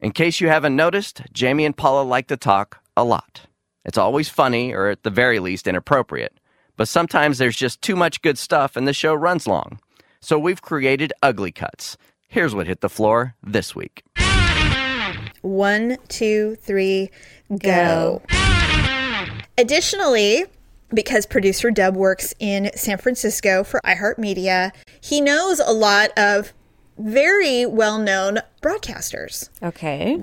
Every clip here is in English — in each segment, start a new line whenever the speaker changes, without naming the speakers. In case you haven't noticed, Jamie and Paula like to talk a lot. It's always funny, or at the very least, inappropriate. But sometimes there's just too much good stuff and the show runs long. So we've created ugly cuts. Here's what hit the floor this week.
One, two, three, go. Additionally, because producer Dub works in San Francisco for iHeartMedia, he knows a lot of very well known broadcasters.
Okay.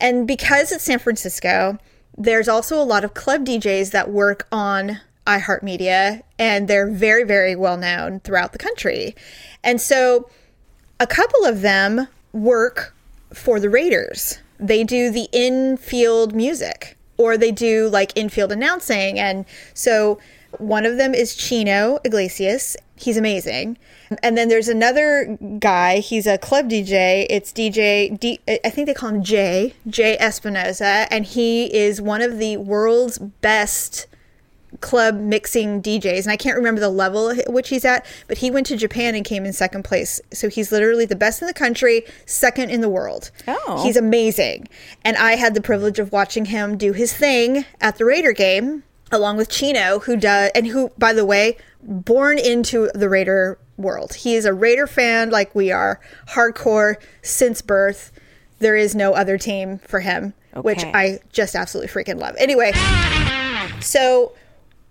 And because it's San Francisco, there's also a lot of club DJs that work on iHeartMedia, and they're very, very well known throughout the country. And so a couple of them work for the Raiders. They do the infield music or they do like infield announcing. And so one of them is Chino Iglesias. He's amazing. And then there's another guy. He's a club DJ. It's DJ, D, I think they call him Jay, Jay Espinosa. And he is one of the world's best club mixing DJs. And I can't remember the level at which he's at, but he went to Japan and came in second place. So he's literally the best in the country, second in the world.
Oh.
He's amazing. And I had the privilege of watching him do his thing at the Raider game along with Chino, who does, and who, by the way, born into the Raider world. He is a Raider fan like we are, hardcore since birth. There is no other team for him, which
Okay.
I just absolutely freaking love. Anyway, so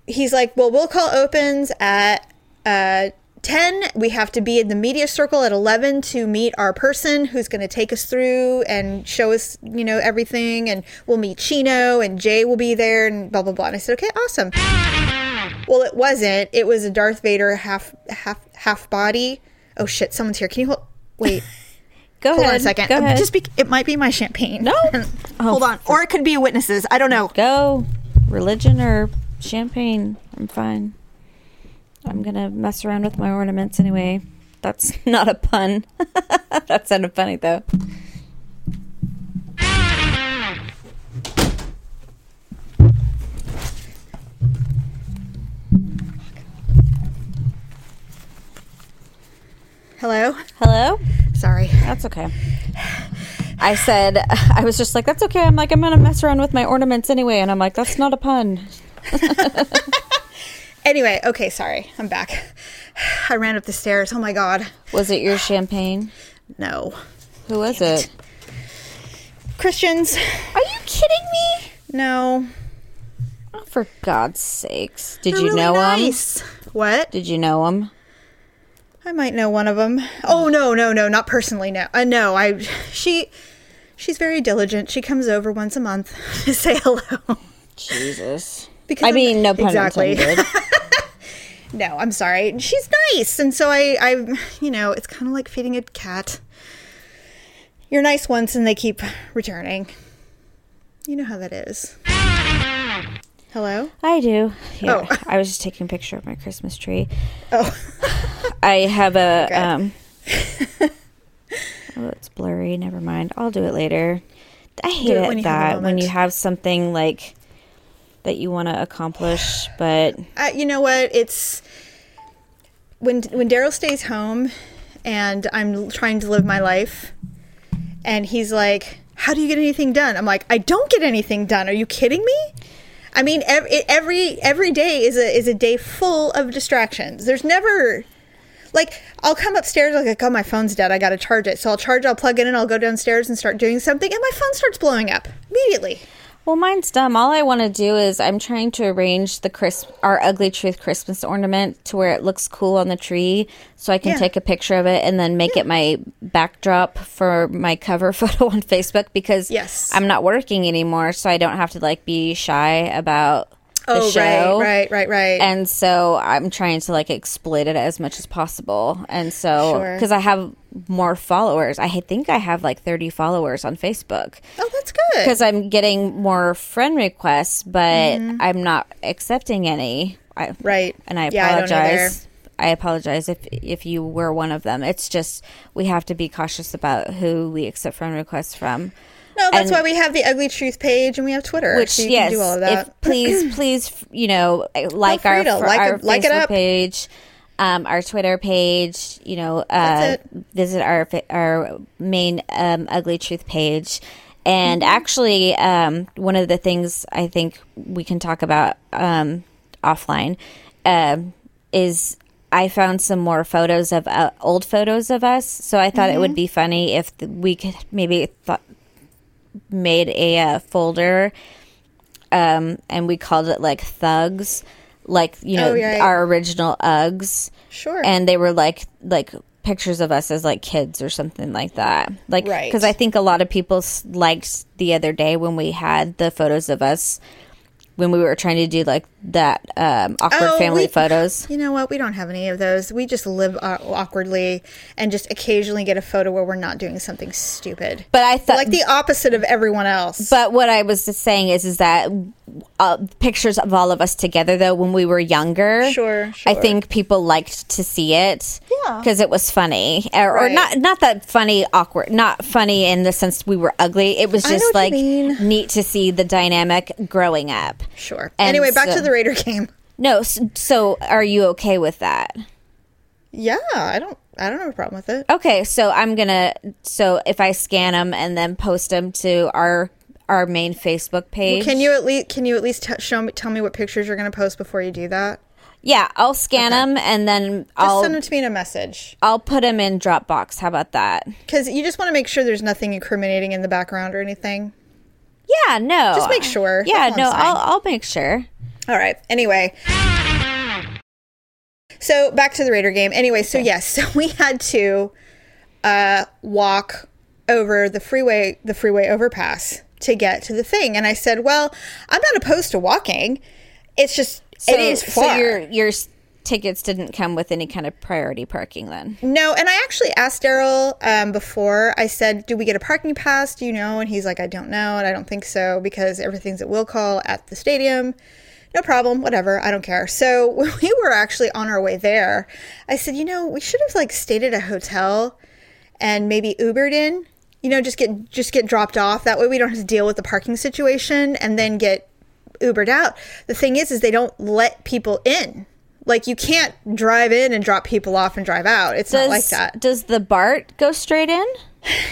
he's like, well, we'll call opens at uh, 10. We have to be in the media circle at 11 to meet our person who's going to take us through and show us, you know, everything. And we'll meet Chino and Jay will be there and blah, blah, blah. And I said, okay, awesome. Well, it wasn't. It was a Darth Vader half, half, half body. Oh shit, someone's here. Can you hold? Wait,
Go
hold
ahead.
on a second.
Go
Um,
ahead.
Just be, it might be my champagne.
No. Oh.
hold on. Or it could be witnesses. I don't know.
go. Religion or champagne. I'm fine. I'm going to mess around with my ornaments anyway. That's not a pun. that sounded funny though.
Hello?
Hello?
Sorry.
That's okay. I said, I was just like, that's okay. I'm like, I'm going to mess around with my ornaments anyway. And I'm like, that's not a pun.
Anyway, okay, sorry. I'm back. I ran up the stairs. Oh my god.
Was it your champagne?
No.
Who was it?
Christians.
Are you kidding me?
No.
Oh, for God's sakes. Did
They're
you
really
know him?
nice. What?
Did you know him?
I might know one of them. Oh no, no, no, not personally. No. Uh, no, I she she's very diligent. She comes over once a month to say hello.
Jesus.
Because
I
I'm-
mean, no pun
Exactly.
intended.
No, I'm sorry. She's nice. And so I I you know, it's kind of like feeding a cat. You're nice once and they keep returning. You know how that is. Hello?
I do. Yeah.
Oh.
I was just taking a picture of my Christmas tree.
Oh.
I have a. Um, oh, it's blurry. Never mind. I'll do it later. I hate
it
it
when you have a
that when
moment.
you have something like that you want to accomplish, but
uh, you know what? It's when when Daryl stays home, and I'm trying to live my life, and he's like, "How do you get anything done?" I'm like, "I don't get anything done. Are you kidding me?" I mean, every every, every day is a is a day full of distractions. There's never like I'll come upstairs like oh my phone's dead I gotta charge it so I'll charge it, I'll plug it in I'll go downstairs and start doing something and my phone starts blowing up immediately
Well, mine's dumb. All I want to do is I'm trying to arrange the crisp our ugly truth Christmas ornament to where it looks cool on the tree, so I can
Yeah.
take a picture of it and then make it my backdrop for my cover photo on Facebook because
Yes.
I'm not working anymore, so I don't have to like be shy about the
oh
show.
right right right right
And so I'm trying to like exploit it as much as possible. And so
Sure.
because I have more followers, I think I have like 30 followers on Facebook
oh that's good
because I'm getting more friend requests, but
Mm-hmm.
I'm not accepting any. I,
Right.
And I
Yeah, I don't
apologize. I, apologize if if you were one of them. It's just we have to be cautious about who we accept friend requests from.
No, that's
And-
why we have the Ugly Truth page and we have Twitter.
Which
so you
yes,
can do all of that.
if please, please, you know, like our,
free to
fr-
like
our
it- like
Facebook
it up.
page. um, our Twitter page. You know, uh,
That's
visit our fa- our main um, Ugly Truth page. And
Mm-hmm.
actually, um, one of the things I think we can talk about um, offline um is I found some more photos of uh, old photos of us. So I thought it
Mm-hmm.
would be funny if th- we could maybe th- made a uh, folder um, and we called it like thugs like you know
Oh, yeah, yeah.
our original uggs
Sure.
and they were like like pictures of us as like kids or something like that like
Right.
because i think a lot of people s- liked the other day when we had the photos of us when we were trying to do like that um, awkward
Oh,
family
we-
photos
You know what? We don't have any of those. We just live uh, awkwardly and just occasionally get a photo where we're not doing something stupid.
but i thought
like the opposite of everyone else.
But what I was just saying is, is that uh, pictures of all of us together, though, when we were younger,
Sure,
I
sure.
think people liked to see it,
Yeah.
because it was funny, or, or
Right.
not, not that funny, awkward, not funny in the sense we were ugly. It was
I know
just
what
like
you mean.
neat to see the dynamic growing up.
sure.
And
Anyway, back
so-
to the Raider game.
No, so, so are you okay with that?
Yeah, I don't. I don't have a problem with it.
Okay, so I'm gonna, so if I scan them and then post them to our our main Facebook page,
Can you at least can you at least t- show me tell me what pictures you're going to post before you do that?
Yeah, I'll scan them and then
Just
I'll
send them to me in a message
I'll put them in Dropbox. How about that?
because you just want to make sure there's nothing incriminating in the background or anything.
Yeah, no. Just
make sure. That's
Yeah,
all
no,
I'm saying.
I'll I'll make sure.
All right. Anyway. So back to the Raider game. Anyway, so yes, so we had to uh, walk over the freeway, the freeway overpass to get to the thing. And I said, well, I'm not opposed to walking. It's just, it is far.
So your your s- tickets didn't come with any kind of priority parking then.
No, and I actually asked Daryl um, before. I said, "Do we get a parking pass? Do you know?" And he's like, "I don't know, and I don't think so because everything's at will call at the stadium. No problem, whatever. I don't care." So when we were actually on our way there, I said, "You know, we should have like stayed at a hotel and maybe Ubered in. You know, just get just get dropped off. That way we don't have to deal with the parking situation and then get Ubered out. The thing is, is they don't let people in." Like you can't drive in and drop people off and drive out. It's
Does
not like that.
does the BART go straight in?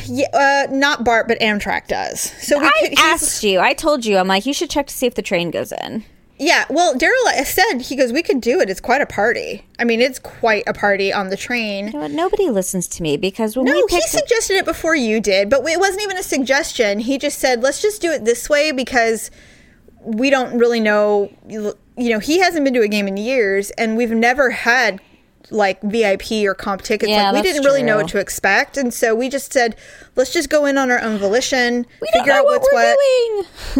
Yeah, uh, not BART, but Amtrak does. So we
I
could, he-
asked you. I told you. I'm like, you should check to see if the train goes in.
yeah. Well, Daryl said he goes, we could do it. It's quite a party. I mean, it's quite a party on the train.
You know what? Nobody listens to me because when we
No, he
picked
suggested it before you did, but it wasn't even a suggestion. He just said, let's just do it this way because we don't really know. You know, he hasn't been to a game in years, and we've never had like VIP or comp tickets.
Yeah,
like, we
that's
didn't really know
true.
what to expect. And so we just said, let's just go in on our own volition,
we don't know what we're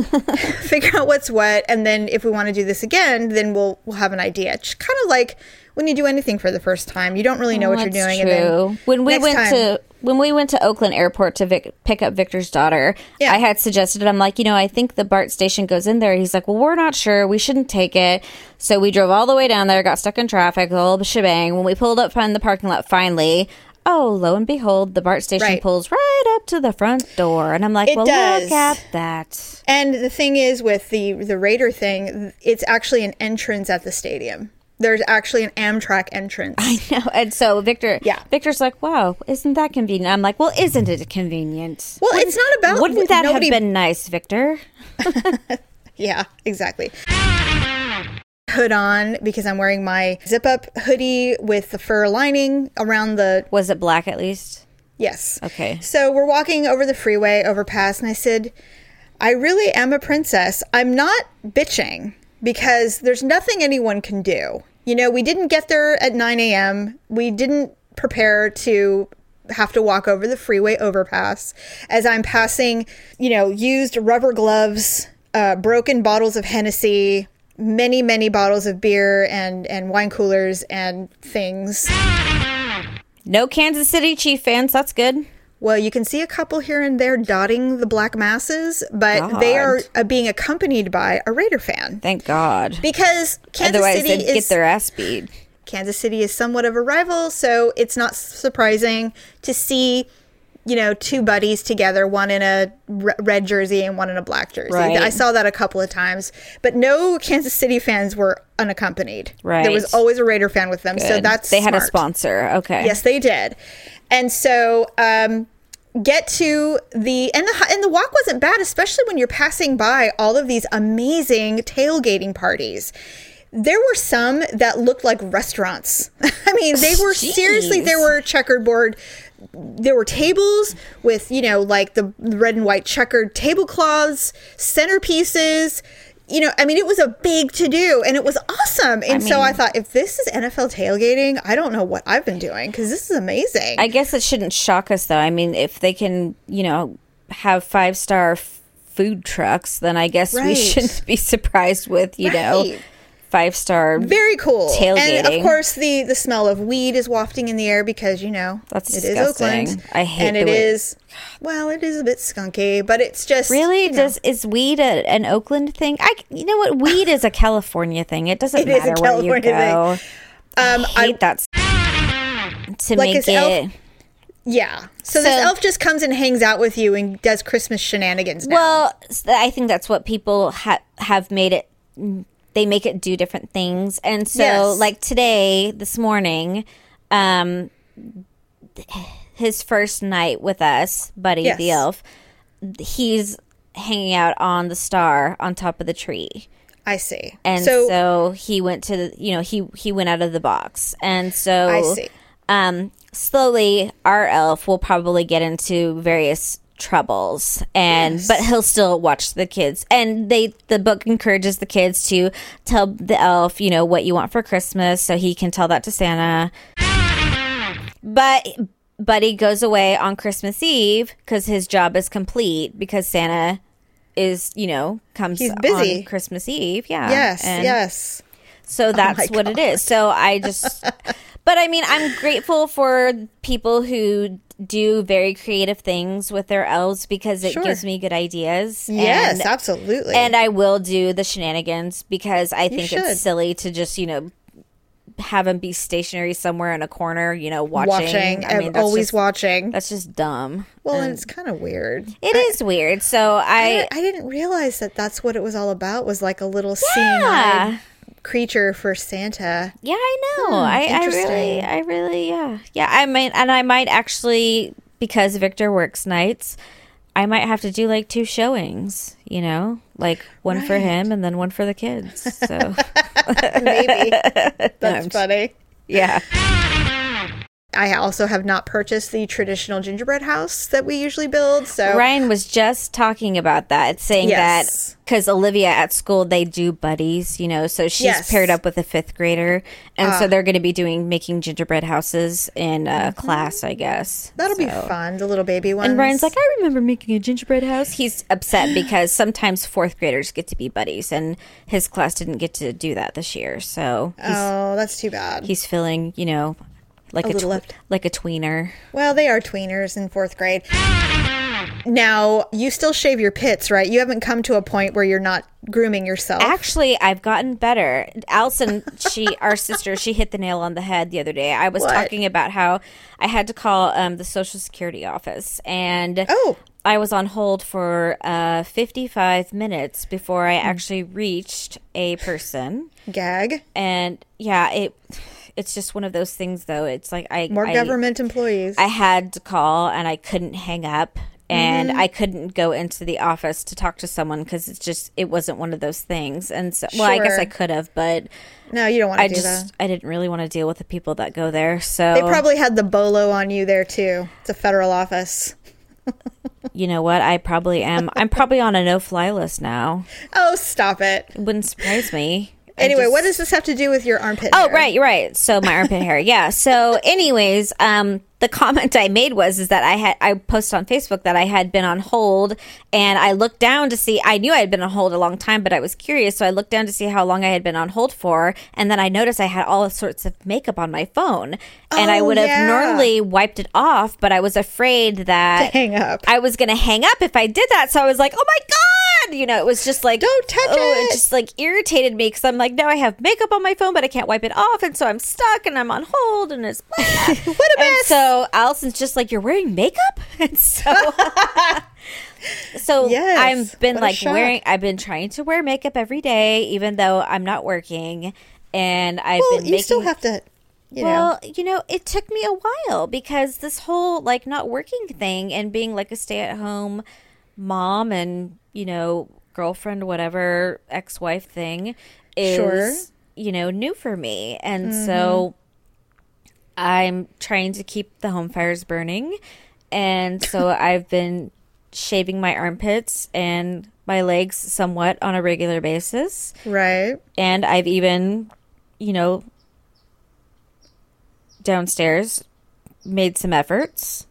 doing.
figure out what's what and then if we want to do this again then we'll we'll have an idea it's kind of like when you do anything for the first time you don't really know what you're
That's
doing and then
true. when we
next
went
time-
to when we went to Oakland Airport to Vic, pick up Victor's daughter,
Yeah.
I had suggested I'm like, you know, I think the BART station goes in there. He's like, well, we're not sure. We shouldn't take it. So we drove all the way down there, got stuck in traffic, the whole shebang. When we pulled up from the parking lot, finally. Oh, lo and behold, the BART station
Right.
pulls right up to the front door, and I'm like,
It
"Well,
does.
look at that!"
and the thing is with the the raider thing it's actually an entrance at the stadium there's actually an amtrak entrance
and so Victor,
Yeah.
Victor's like, "Wow, isn't that convenient?" I'm like, "Well, isn't it convenient?"
well it's not about
Wouldn't that
nobody-
have been nice, Victor?
Yeah, exactly. Hood on because I'm wearing my zip up hoodie with the fur lining around the
Was it black at least?
Yes.
Okay.
So we're walking over the freeway overpass, and I said, I really am a princess. I'm not bitching because there's nothing anyone can do. You know, we didn't get there at 9 a.m., we didn't prepare to have to walk over the freeway overpass as I'm passing, you know, used rubber gloves, uh, broken bottles of Hennessy. Many, many bottles of beer and, and wine coolers and things.
No Kansas City Chief fans. That's good.
Well, you can see a couple here and there dotting the black masses, but they are uh, being accompanied by a Raider fan
Thank God.
because Kansas
Otherwise,
City
they'd
is
get their ass beat.
Kansas City is somewhat of a rival, so it's not surprising to see you know, two buddies together, one in a re- red jersey and one in a black jersey.
Right.
I saw that a couple of times, but no Kansas City fans were unaccompanied. There was
Right.
always a Raider fan with them. So
Good.
that's
they had a
smart.
sponsor. Okay.
Yes, they did. And so um, get to the and the hi- and the walk wasn't bad, especially when you're passing by all of these amazing tailgating parties. There were some that looked like restaurants. I mean, they were seriously
Jeez.
there were checkerboard there were tables with, you know, like the red and white checkered tablecloths, centerpieces, you know, I mean, it was a big to do and it was awesome. And so
mean-
I thought, if this is NFL tailgating, I don't know what I've been doing because this is amazing.
I guess it shouldn't shock us though. I mean, if they can, you know, have five star f- food trucks, then I guess we
Right.
shouldn't be surprised with, you know,
Right.
five star.
Very cool. And of
Tailgating.
course, the, the smell of weed is wafting in the air because, you know,
That's
it is
disgusting.
Oakland.
I hate
And
the
it
weed.
is, well, it is a bit skunky, but it's just.
Really? Does is weed a, an Oakland thing? I you know what? Weed is a California thing. It doesn't
It is a
matter where you
California thing.
go.
Um,
I hate that s- to
Like,
make
it's
it.
elf- Yeah. So, this
So-
elf just comes and hangs out with you and does Christmas shenanigans. Now.
Well, s- I think that's what people ha- have made it. mm, They make it do different things, and so
Yes.
like today, this morning, um, his first night with us, Buddy
Yes.
the Elf, he's hanging out on the star on top of the tree,
I see.
and
so,
so, he went to the, you know he he went out of the box, and so
I see.
um, slowly our elf will probably get into various troubles and but he'll still watch the kids and they the book encourages the kids to tell the elf you know what you want for christmas so he can tell that to santa but buddy goes away on christmas eve because his job is complete because santa is you know comes
He's busy.
on christmas eve yeah
Yes,
And-
yes. Oh
so that's what it is. So I just, but I mean, I'm grateful for people who do very creative things with their elves because it
Sure.
gives me good ideas.
Yes,
and,
absolutely.
and I will do the shenanigans because I think
should.
it's silly to just you know have them be stationary somewhere in a corner, you know, watching.
watching,
I
and
mean, that's
always
just,
watching.
That's just dumb.
Well, and it's kind of weird.
It is weird. So I,
I, I didn't realize that that's what it was all about. Was like a little
yeah,
seeing creature for Santa.
Yeah, I know. I, I really,
Hmm, interesting.
I really, yeah, yeah. I might, and I might actually because Victor works nights. I might have to do like two showings, you know, like one for him and then one for the kids. So
Maybe that's funny.
yeah,
I also have not purchased the traditional gingerbread house that we usually build. So
Ryan was just talking about that, saying
Yes.
that because Olivia at school they do buddies, you know, so she's
Yes. Ah.
paired up with a fifth grader, and so they're going to be doing making gingerbread houses in uh, class, I guess.
Mm-hmm. that'll be
So-
fun. The little baby ones.
And Ryan's like, I remember making a gingerbread house. He's upset because sometimes fourth graders get to be buddies, and his class didn't get to do that this year. So he's,
oh, that's too bad.
he's feeling, you know, like a,
little
tw-
left-
like a tweener.
Well, they are tweeners in fourth grade. Now, you still shave your pits, right? You haven't come to a point where you're not grooming yourself.
Actually, I've gotten better. Allison, she, our sister, she hit the nail on the head the other day. I was
What?
talking about how I had to call um, the Social Security office, and
Oh.
I was on hold for uh, 55 minutes before I actually reached a person.
Gag.
and yeah, it it's just one of those things though. It's like I
More
I,
government employees.
I had to call and I couldn't hang up and
Mm-hmm.
I couldn't go into the office to talk to someone cuz it's just it wasn't one of those things. And so well, I guess
Sure.
I could have, but
no, you don't want
I
to do
just
that.
I didn't really want to deal with the people that go there. So
They probably had the bolo on you there, too. It's a federal office.
you know what? I probably am I'm probably on a no-fly list now.
Oh, stop it.
It wouldn't surprise me. I
Anyway,
just-
what does this have to do with your armpit?
Oh,
hair?
right, you're right. So my armpit hair, yeah. So, anyways, um, the comment I made was is that I had I posted on Facebook that I had been on hold, and I looked down to see. I knew I had been on hold a long time, but I was curious, so I looked down to see how long I had been on hold for, and then I noticed I had all sorts of makeup on my phone, and I
Oh,
would have
yeah.
normally wiped it off, but I was afraid that
Hang up.
I was gonna hang up if I did that. So I was like, oh my god. weird. You know, it was just like
Don't touch
oh,
it.
It just like irritated me because I'm like now I have makeup on my phone, but I can't wipe it off, and so I'm stuck and I'm on hold, and it's
What a
and
mess.
so Allison's just like, "You're wearing makeup," and so so
Yes,
I've been
what a
like
shock.
wearing. I've been trying to wear makeup every day, even though I'm not working, and I've
well,
been
you
making.
still have to, you know.
well, you know, it took me a while because this whole like not working thing and being like a stay-at-home mom and you know girlfriend, whatever ex-wife thing is
Sure. Mm-hmm.
you know new for me, and so I'm trying to keep the home fires burning. And so I've been shaving my armpits and my legs somewhat on a regular basis.
Right.
And I've even, you know, downstairs made some efforts,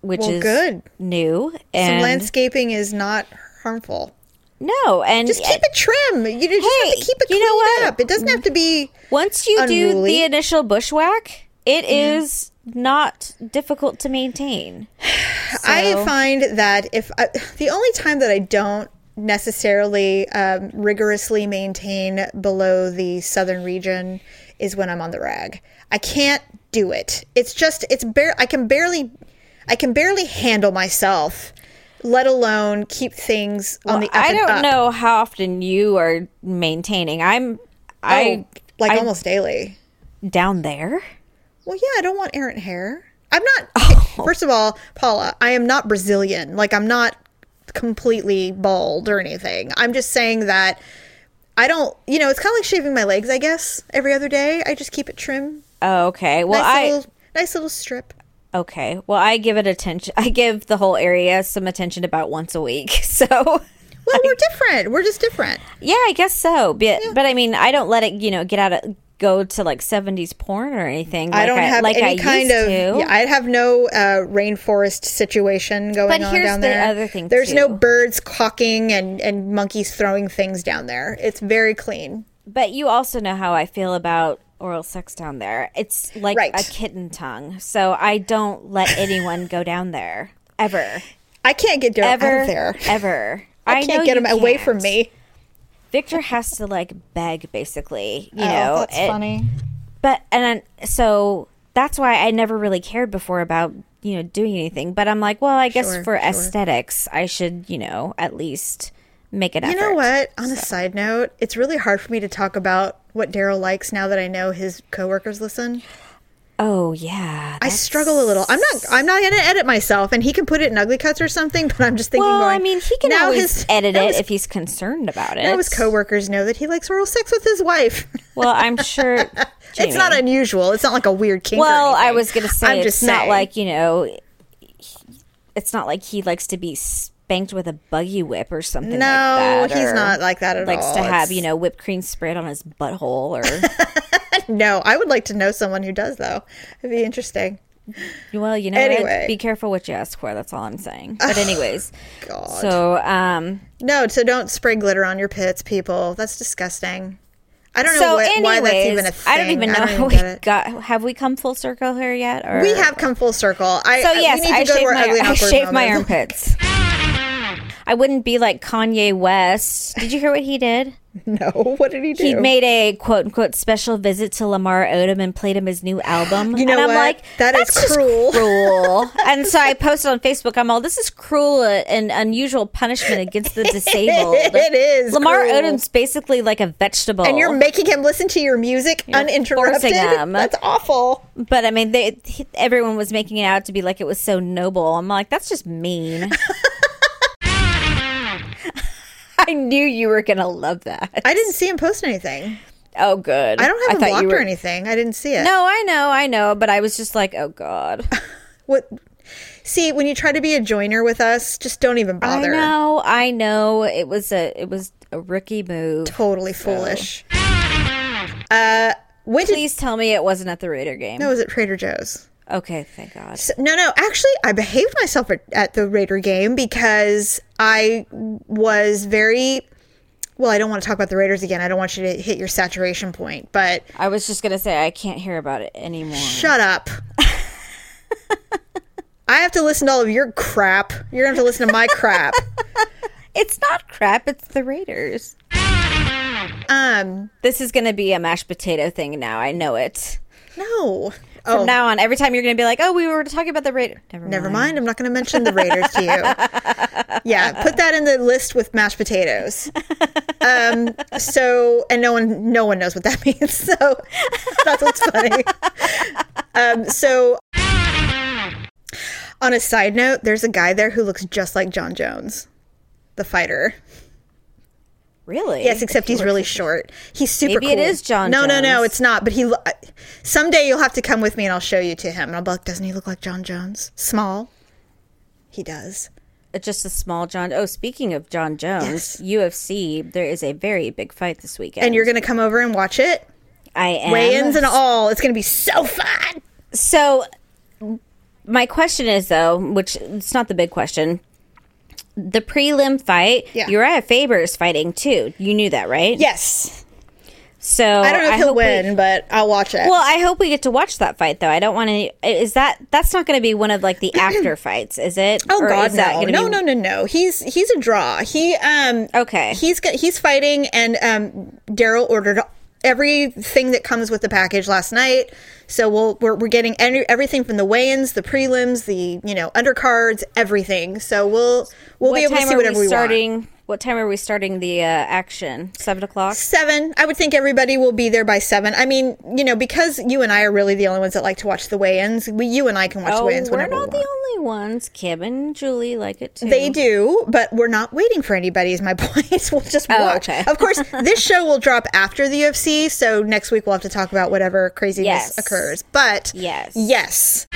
which
Well,
is
good.
new.
Some
And
landscaping is not harmful.
no, and
Just keep it trim. You just have
Hey,
to keep it
you
cleaned
know what?
up. It doesn't have to be.
once you do
unruly. Mm-hmm.
the initial bushwhack, it is not difficult to maintain.
I
So-
find that if I, the only time that I don't necessarily um, rigorously maintain below the southern region is when I'm on the rag. I can't do it. It's just it's bare. I can barely, I can barely handle myself, let alone keep things on the. Up
I
and
don't
up.
know how often you are maintaining. I'm I
Oh, like
I-
almost daily.
down there.
Well, yeah, I don't want errant hair. I'm not.
Oh.
okay, First of all, Paula, I am not Brazilian. Like, I'm not completely bald or anything. I'm just saying that I don't, you know, it's kind of like shaving my legs, I guess, every other day. I just keep it trim.
Oh, okay. Well,
nice,
I
little, nice little strip.
okay. Well, I give it attention. I give the whole area some attention about once a week. So
Well, we're different. We're just different.
yeah, I guess so. But but I mean, I don't let it. You know, get out of go to like seventies porn or anything. Like
I don't have
like
any
I
kind
used
of.
to.
Yeah, I have no uh, rainforest situation going
But
on
here's
down
the
there.
other thing,
There's no
too.
birds cawking and and monkeys throwing things down there. It's very clean.
But you also know how I feel about oral sex down there. It's like
Right.
a kitten tongue. So I don't let anyone go down there ever.
I can't get down
ever,
out of there.
ever.
I can't
know
get
you
him away
can't.
from me.
Victor has to like beg, basically. You know,
Oh, that's
It-
funny.
But and I, so that's why I never really cared before about you know doing anything. But I'm like, well, I guess
Sure,
for
sure.
aesthetics, I should you know at least make an
You
effort.
know what? On a side note, it's really hard for me to talk about what Daryl likes now that I know his coworkers listen.
Oh yeah,
I struggle a little. I'm not. I'm not going to edit myself, and he can put it in ugly cuts or something. But I'm just thinking.
Well,
going,
I mean, he can
now
always
his,
edit
now
it
His,
if he's concerned about it.
now his coworkers know that he likes oral sex with his wife.
well, I'm sure Jamie.
it's not unusual. It's not like a weird kink. or
Well, I
anything.
was gonna say
I'm
it's
just
not
saying.
like you know, he- it's not like he likes to be spanked with a buggy whip or something. like
No,
that,
he's
or
not like that at
likes
all.
to have
It's-
you know whipped cream sprayed on his butthole, or
No, I would like to know someone who does though. It'd be interesting.
well, you know,
Anyway.
what? be careful what you ask for. That's all I'm saying. But anyways,
God.
so um,
No, so don't spray glitter on your pits, people. That's disgusting. I don't know
so
what,
anyways,
why that's even a thing.
I don't even know how
get
we
it.
got. Have we come full circle here yet? Or
We have come full circle. I, uh,
So
we
yes,
need to
I
go to
shave
our
my
ugly and
I
awkward
shave my
moments.
armpits. I wouldn't be like Kanye West. Did you hear what he did?
No, what did he do?
He made a quote unquote special visit to Lamar Odom and played him his new album. You
know
and I'm
what?
like,
That is
that's just
cruel."
cruel. and so I posted on Facebook, I'm all, this is cruel and unusual punishment against the disabled.
It is
Lamar
cruel.
Odom's basically like a vegetable.
and you're making him listen to your music uninterrupted.
forcing him.
That's awful.
but I mean, they, he- everyone was making it out to be like it was so noble. I'm like, that's just mean. I knew you were going to love that.
I didn't see him post anything.
Oh, good.
I don't have him
thought
blocked
you
or
were-
anything. I didn't see it.
No, I know, I know, but I was just like, oh god.
What? See, when you try to be a joiner with us, just don't even
I
bother.
know, I know. It was a it was a rookie move.
Totally foolish. Uh, when did?
Please tell me it wasn't at the Raider game.
No, was it Trader Joe's?
Okay, thank God.
So- no, no. Actually, I behaved myself at, at the Raider game because I was very well. I don't want to talk about the Raiders again. I don't want you to hit your saturation point. But
I was just gonna say I can't hear about it anymore.
shut up. I have to listen to all of your crap. You're gonna have to listen to my crap.
It's not crap, it's the Raiders.
Um,
This is going to be a mashed potato thing now. I know it.
no.
From
Oh,
now on, every time you're going to be like, oh, we were talking about the Raiders. Never,
never mind. I'm not going to mention the Raiders to you. Yeah, put that in the list with mashed potatoes. Um, so, and no one, no one knows what that means. So that's what's funny. Um, so, on a side note, there's a guy there who looks just like John Jones, the fighter.
Really?
Yes, except he's really short. He's super.
Maybe it
cool.
is John
No, no, no,
Jones.
it's not. But he. lo- Someday you'll have to come with me, and I'll show you to him. And I'll be like, doesn't he look like John Jones? Small. He does.
Uh, Just a small John. Oh, speaking of John
Yes.
Jones, UFC, there is a very big fight this weekend.
And you're gonna come over and watch it,
I am.
weigh-ins and all. It's gonna be so fun.
So, my question is though, which it's not the big question. The prelim fight,
Yeah.
Uriah Faber is fighting too. You knew that, right?
Yes.
So
I don't know if he'll
hope we-
win, but I'll watch it.
well, I hope we get to watch that fight though. I don't want to. Is that that's not going to be one of like the after fights, is it?
Oh
Or
God,
is that
no,
gonna
no,
be-
no, no, no. He's he's a draw. He um
Okay.
He's go- he's fighting, and um Daryl ordered everything that comes with the package last night. So we'll we're, we're getting any, everything from the weigh-ins, the prelims, the you know undercards, everything. So we'll we'll be
What
able to
time
see
are
whatever we
we
want.
starting? What time are we starting the uh, action? Seven o'clock.
Seven. I would think everybody will be there by seven. I mean, you know, because you and I are really the only ones that like to watch the weigh-ins. We, you and I can watch the
Oh,
weigh-ins
we're
whenever
not
we want.
the only ones. Kim and Julie like it too.
They do, but we're not waiting for anybody. Is my point. We'll just watch.
Oh, okay.
of course, this show will drop after the UFC, so next week we'll have to talk about whatever craziness
Yes.
occurs. But
Yes.
yes,